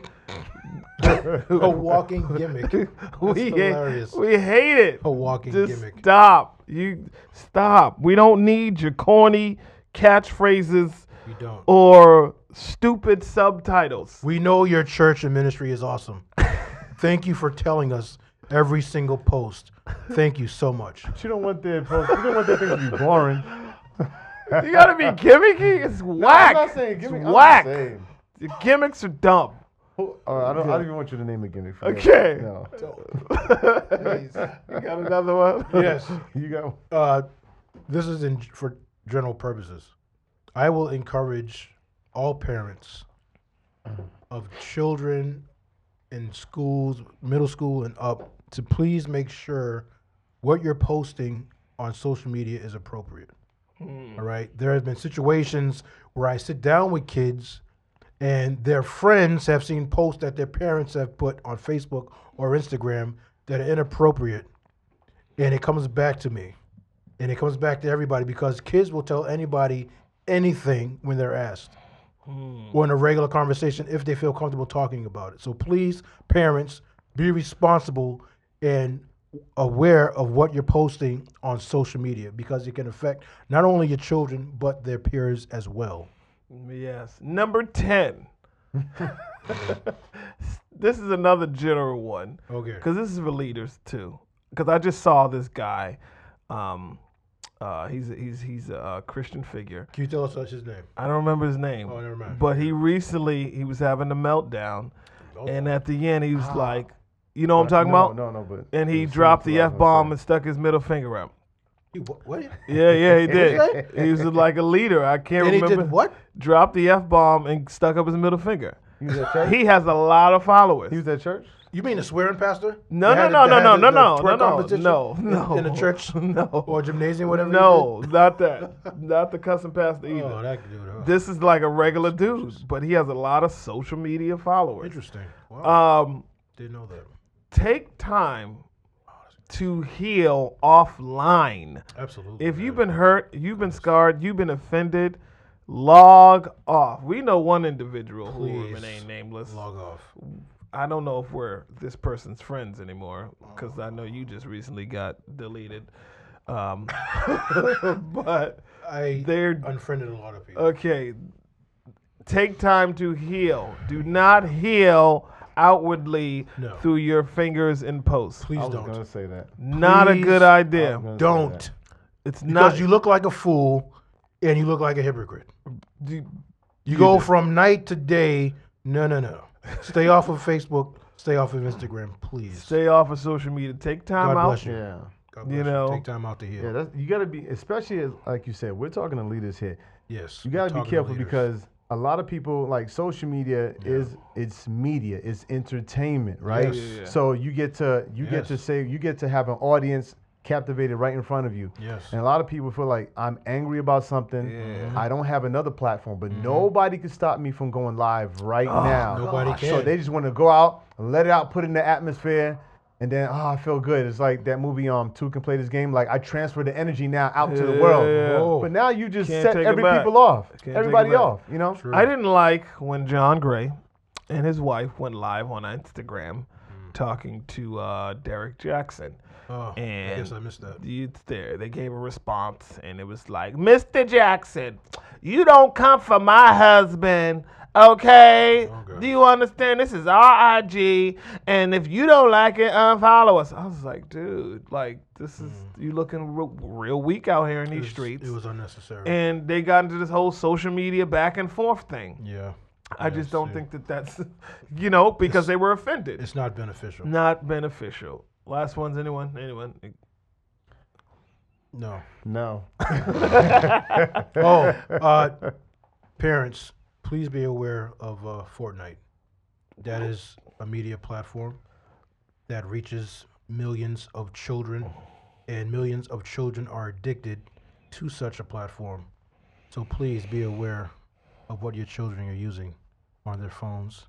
Speaker 3: A walking gimmick. That's
Speaker 2: we, hate,
Speaker 3: hilarious.
Speaker 2: we hate it.
Speaker 3: a walking
Speaker 2: Just
Speaker 3: gimmick.
Speaker 2: stop. You stop. We don't need your corny catchphrases
Speaker 3: We don't.
Speaker 2: Oh. or stupid subtitles.
Speaker 3: We know your church and ministry is awesome. Thank you for telling us every single post. Thank you so much.
Speaker 4: but you don't want their post, you don't want their things to be boring.
Speaker 2: You gotta be gimmicky. It's whack.
Speaker 4: I'm not saying gimmick.
Speaker 2: It's
Speaker 4: I'm
Speaker 2: whack.
Speaker 4: Just saying.
Speaker 2: The gimmicks are dumb.
Speaker 4: Who- uh, I don't. I don't even want you to name a gimmick. forget it.
Speaker 2: Okay.
Speaker 4: No.
Speaker 2: You got another one?
Speaker 3: Yes.
Speaker 4: You go.
Speaker 3: Uh, this is in for general purposes. I will encourage all parents of children in schools, middle school and up, to please make sure what you're posting on social media is appropriate. All right. There have been situations where I sit down with kids and their friends have seen posts that their parents have put on Facebook or Instagram that are inappropriate. And it comes back to me. And it comes back to everybody because kids will tell anybody anything when they're asked or in a regular conversation if they feel comfortable talking about it. So please, parents, be responsible and aware of what you're posting on social media because it can affect not only your children but their peers as well.
Speaker 2: Yes. Number 10. this is another general one.
Speaker 3: Okay.
Speaker 2: Because this is for leaders too. Because I just saw this guy. Um, uh, he's a, he's he's a uh, Christian figure.
Speaker 3: Can you tell us what's his name?
Speaker 2: I don't remember his name.
Speaker 3: Oh, never mind.
Speaker 2: But he recently he was having a meltdown, and at the end he was like, you know what I'm talking
Speaker 4: no,
Speaker 2: about?
Speaker 4: No, no, but
Speaker 2: And
Speaker 4: it
Speaker 2: he
Speaker 4: was
Speaker 2: dropped
Speaker 4: similar
Speaker 2: the f
Speaker 4: to what I was
Speaker 2: bomb
Speaker 4: gonna
Speaker 2: and stuck his middle finger up.
Speaker 3: He, what? what?
Speaker 2: Yeah, yeah, he did. he was like a leader. I can't
Speaker 3: And he
Speaker 2: remember.
Speaker 3: did what?
Speaker 2: Dropped the f bomb and stuck up his middle finger.
Speaker 4: say. He was at church.
Speaker 2: He has a lot of followers.
Speaker 4: He was at church.
Speaker 3: You mean the swearing pastor?
Speaker 2: No,
Speaker 3: That
Speaker 2: no,
Speaker 3: had
Speaker 2: no,
Speaker 3: the- that
Speaker 2: no,
Speaker 3: had
Speaker 2: no,
Speaker 3: the-
Speaker 2: no,
Speaker 3: the
Speaker 2: no,
Speaker 3: twerk
Speaker 2: no,
Speaker 3: competition
Speaker 2: no,
Speaker 3: in-
Speaker 2: no.
Speaker 3: In a church?
Speaker 2: No.
Speaker 3: Or gymnasium, whatever.
Speaker 2: No, not that. Not the cussing pastor
Speaker 3: You
Speaker 2: either.
Speaker 3: did? Oh, that could do it. huh?
Speaker 2: this is like a regular dude, but he has a lot of social media followers.
Speaker 3: Interesting. Wow.
Speaker 2: Um,
Speaker 3: Didn't know that.
Speaker 2: take time to heal offline.
Speaker 3: Absolutely.
Speaker 2: If
Speaker 3: man.
Speaker 2: you've been hurt, you've been scarred, you've been offended, log off. We know one individual who
Speaker 3: Please
Speaker 2: remained nameless.
Speaker 3: log off.
Speaker 2: I don't know if we're this person's friends anymore because I know you just recently got deleted. Um, but
Speaker 3: I
Speaker 2: they're
Speaker 3: unfriended a lot of
Speaker 2: Oh,
Speaker 3: people.
Speaker 2: okay. Take time to heal. Do not heal outwardly
Speaker 3: No.
Speaker 2: through your fingers and posts.
Speaker 3: Please
Speaker 4: I was
Speaker 3: don't.
Speaker 4: gonna say that.
Speaker 2: Not a good
Speaker 3: please-
Speaker 2: idea.
Speaker 4: I was gonna say
Speaker 3: Don't.
Speaker 4: that.
Speaker 2: It's
Speaker 3: Because
Speaker 2: not.
Speaker 3: you look like a fool and you look like a hypocrite.
Speaker 2: do-
Speaker 3: You, go from night to day. No, no, no. Stay off of Facebook. Stay off of Instagram, please.
Speaker 2: stay off of social media. Take time
Speaker 3: God
Speaker 2: out.
Speaker 3: bless you.
Speaker 4: Yeah.
Speaker 3: God
Speaker 2: you
Speaker 3: bless
Speaker 2: know.
Speaker 3: Take time out to hear.
Speaker 4: Yeah, that's, you gotta be, especially as, like you said, we're talking to leaders here.
Speaker 3: yes.
Speaker 4: You
Speaker 3: we're
Speaker 4: gotta
Speaker 3: talking
Speaker 4: be
Speaker 3: to
Speaker 4: careful
Speaker 3: leaders.
Speaker 4: because a lot of people like social media is it's media, it's entertainment, right?
Speaker 3: Yes. Yeah, yeah,
Speaker 4: So you get to you get to
Speaker 3: Yes.
Speaker 4: say you get to have an audience captivated right in front of you.
Speaker 3: Yes.
Speaker 4: And a lot of people feel like I'm angry about something.
Speaker 2: Yeah. Mm-hmm.
Speaker 4: I don't have another platform, but nobody can stop me from going live right
Speaker 2: Oh,
Speaker 4: now.
Speaker 3: nobody
Speaker 4: So
Speaker 3: can.
Speaker 4: they just want to go out, let it out, put it in the atmosphere. And then oh, I feel good. It's like that movie, um, Two Can Play This Game. Like I transfer the energy now out to the world.
Speaker 2: Yeah.
Speaker 3: Whoa.
Speaker 4: But now you just
Speaker 2: Can't
Speaker 4: set
Speaker 2: take it
Speaker 4: every
Speaker 2: back.
Speaker 4: people off,
Speaker 2: Can't take it
Speaker 4: everybody
Speaker 2: back.
Speaker 4: off. You know,
Speaker 3: True.
Speaker 2: I didn't like when John Gray and his wife went live on Instagram
Speaker 3: Hmm.
Speaker 2: talking to uh, Derek Jackson.
Speaker 3: Oh, I guess
Speaker 2: and
Speaker 3: I missed that.
Speaker 2: It's there. They gave a response, and it was like, "Mr. Jackson, you don't come for my husband, okay?
Speaker 3: Okay.
Speaker 2: Do you understand? This is our IG, and if you don't like it, unfollow us." I was like, "Dude, like this is you looking real, real weak out here in these
Speaker 3: Hmm. It was-
Speaker 2: streets."
Speaker 3: It was unnecessary.
Speaker 2: and they got into this whole social media back and forth thing.
Speaker 3: yeah.
Speaker 2: I
Speaker 3: Yeah,
Speaker 2: just
Speaker 3: it's-
Speaker 2: don't
Speaker 3: it-
Speaker 2: think that that's, you know, because they were offended.
Speaker 3: it's not beneficial.
Speaker 2: Not beneficial. Last ones, anyone? Anyone?
Speaker 3: No.
Speaker 4: no,
Speaker 3: Oh, uh, parents, please be aware of uh, Fortnite. That is a media platform that reaches millions of children, and millions of children are addicted to such a platform. So please be aware of what your children are using on their phones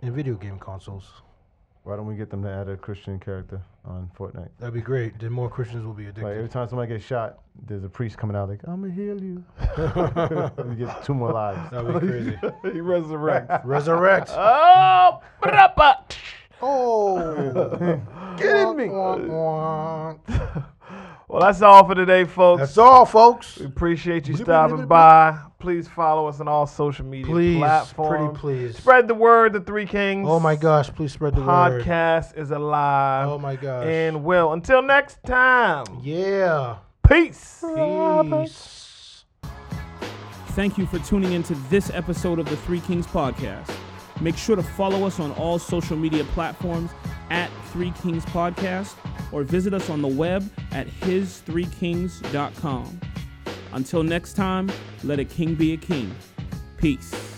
Speaker 3: and video game consoles.
Speaker 4: why don't we get them to add a Christian character on Fortnite?
Speaker 3: That'd be great. Then more Christians will be
Speaker 4: Like every
Speaker 3: addicted.
Speaker 4: time somebody gets shot, there's a priest coming out like, "I'm gonna heal you." we get two more lives.
Speaker 3: That'd be crazy.
Speaker 2: he resurrects.
Speaker 3: Resurrect.
Speaker 2: oh, brapa.
Speaker 3: Oh,
Speaker 4: Kidding me?
Speaker 2: Well, that's all for today, folks.
Speaker 3: That's all, folks.
Speaker 2: we appreciate you
Speaker 3: Bleep, bleep,
Speaker 2: stopping
Speaker 3: bleep, bleep.
Speaker 2: by. Please follow us on all social media
Speaker 3: Please,
Speaker 2: platforms.
Speaker 3: pretty please.
Speaker 2: Spread the word, the Three Kings.
Speaker 3: Oh my gosh, please spread the word.
Speaker 2: Podcast is alive.
Speaker 3: Oh my gosh.
Speaker 2: And well, until next time,
Speaker 3: yeah.
Speaker 2: peace.
Speaker 3: Peace.
Speaker 1: Thank you for tuning into this episode of the Three Kings Podcast. Make sure to follow us on all social media platforms at Three Kings Podcast or visit us on the web at his3kings.com. Until next time, let a king be a king. Peace.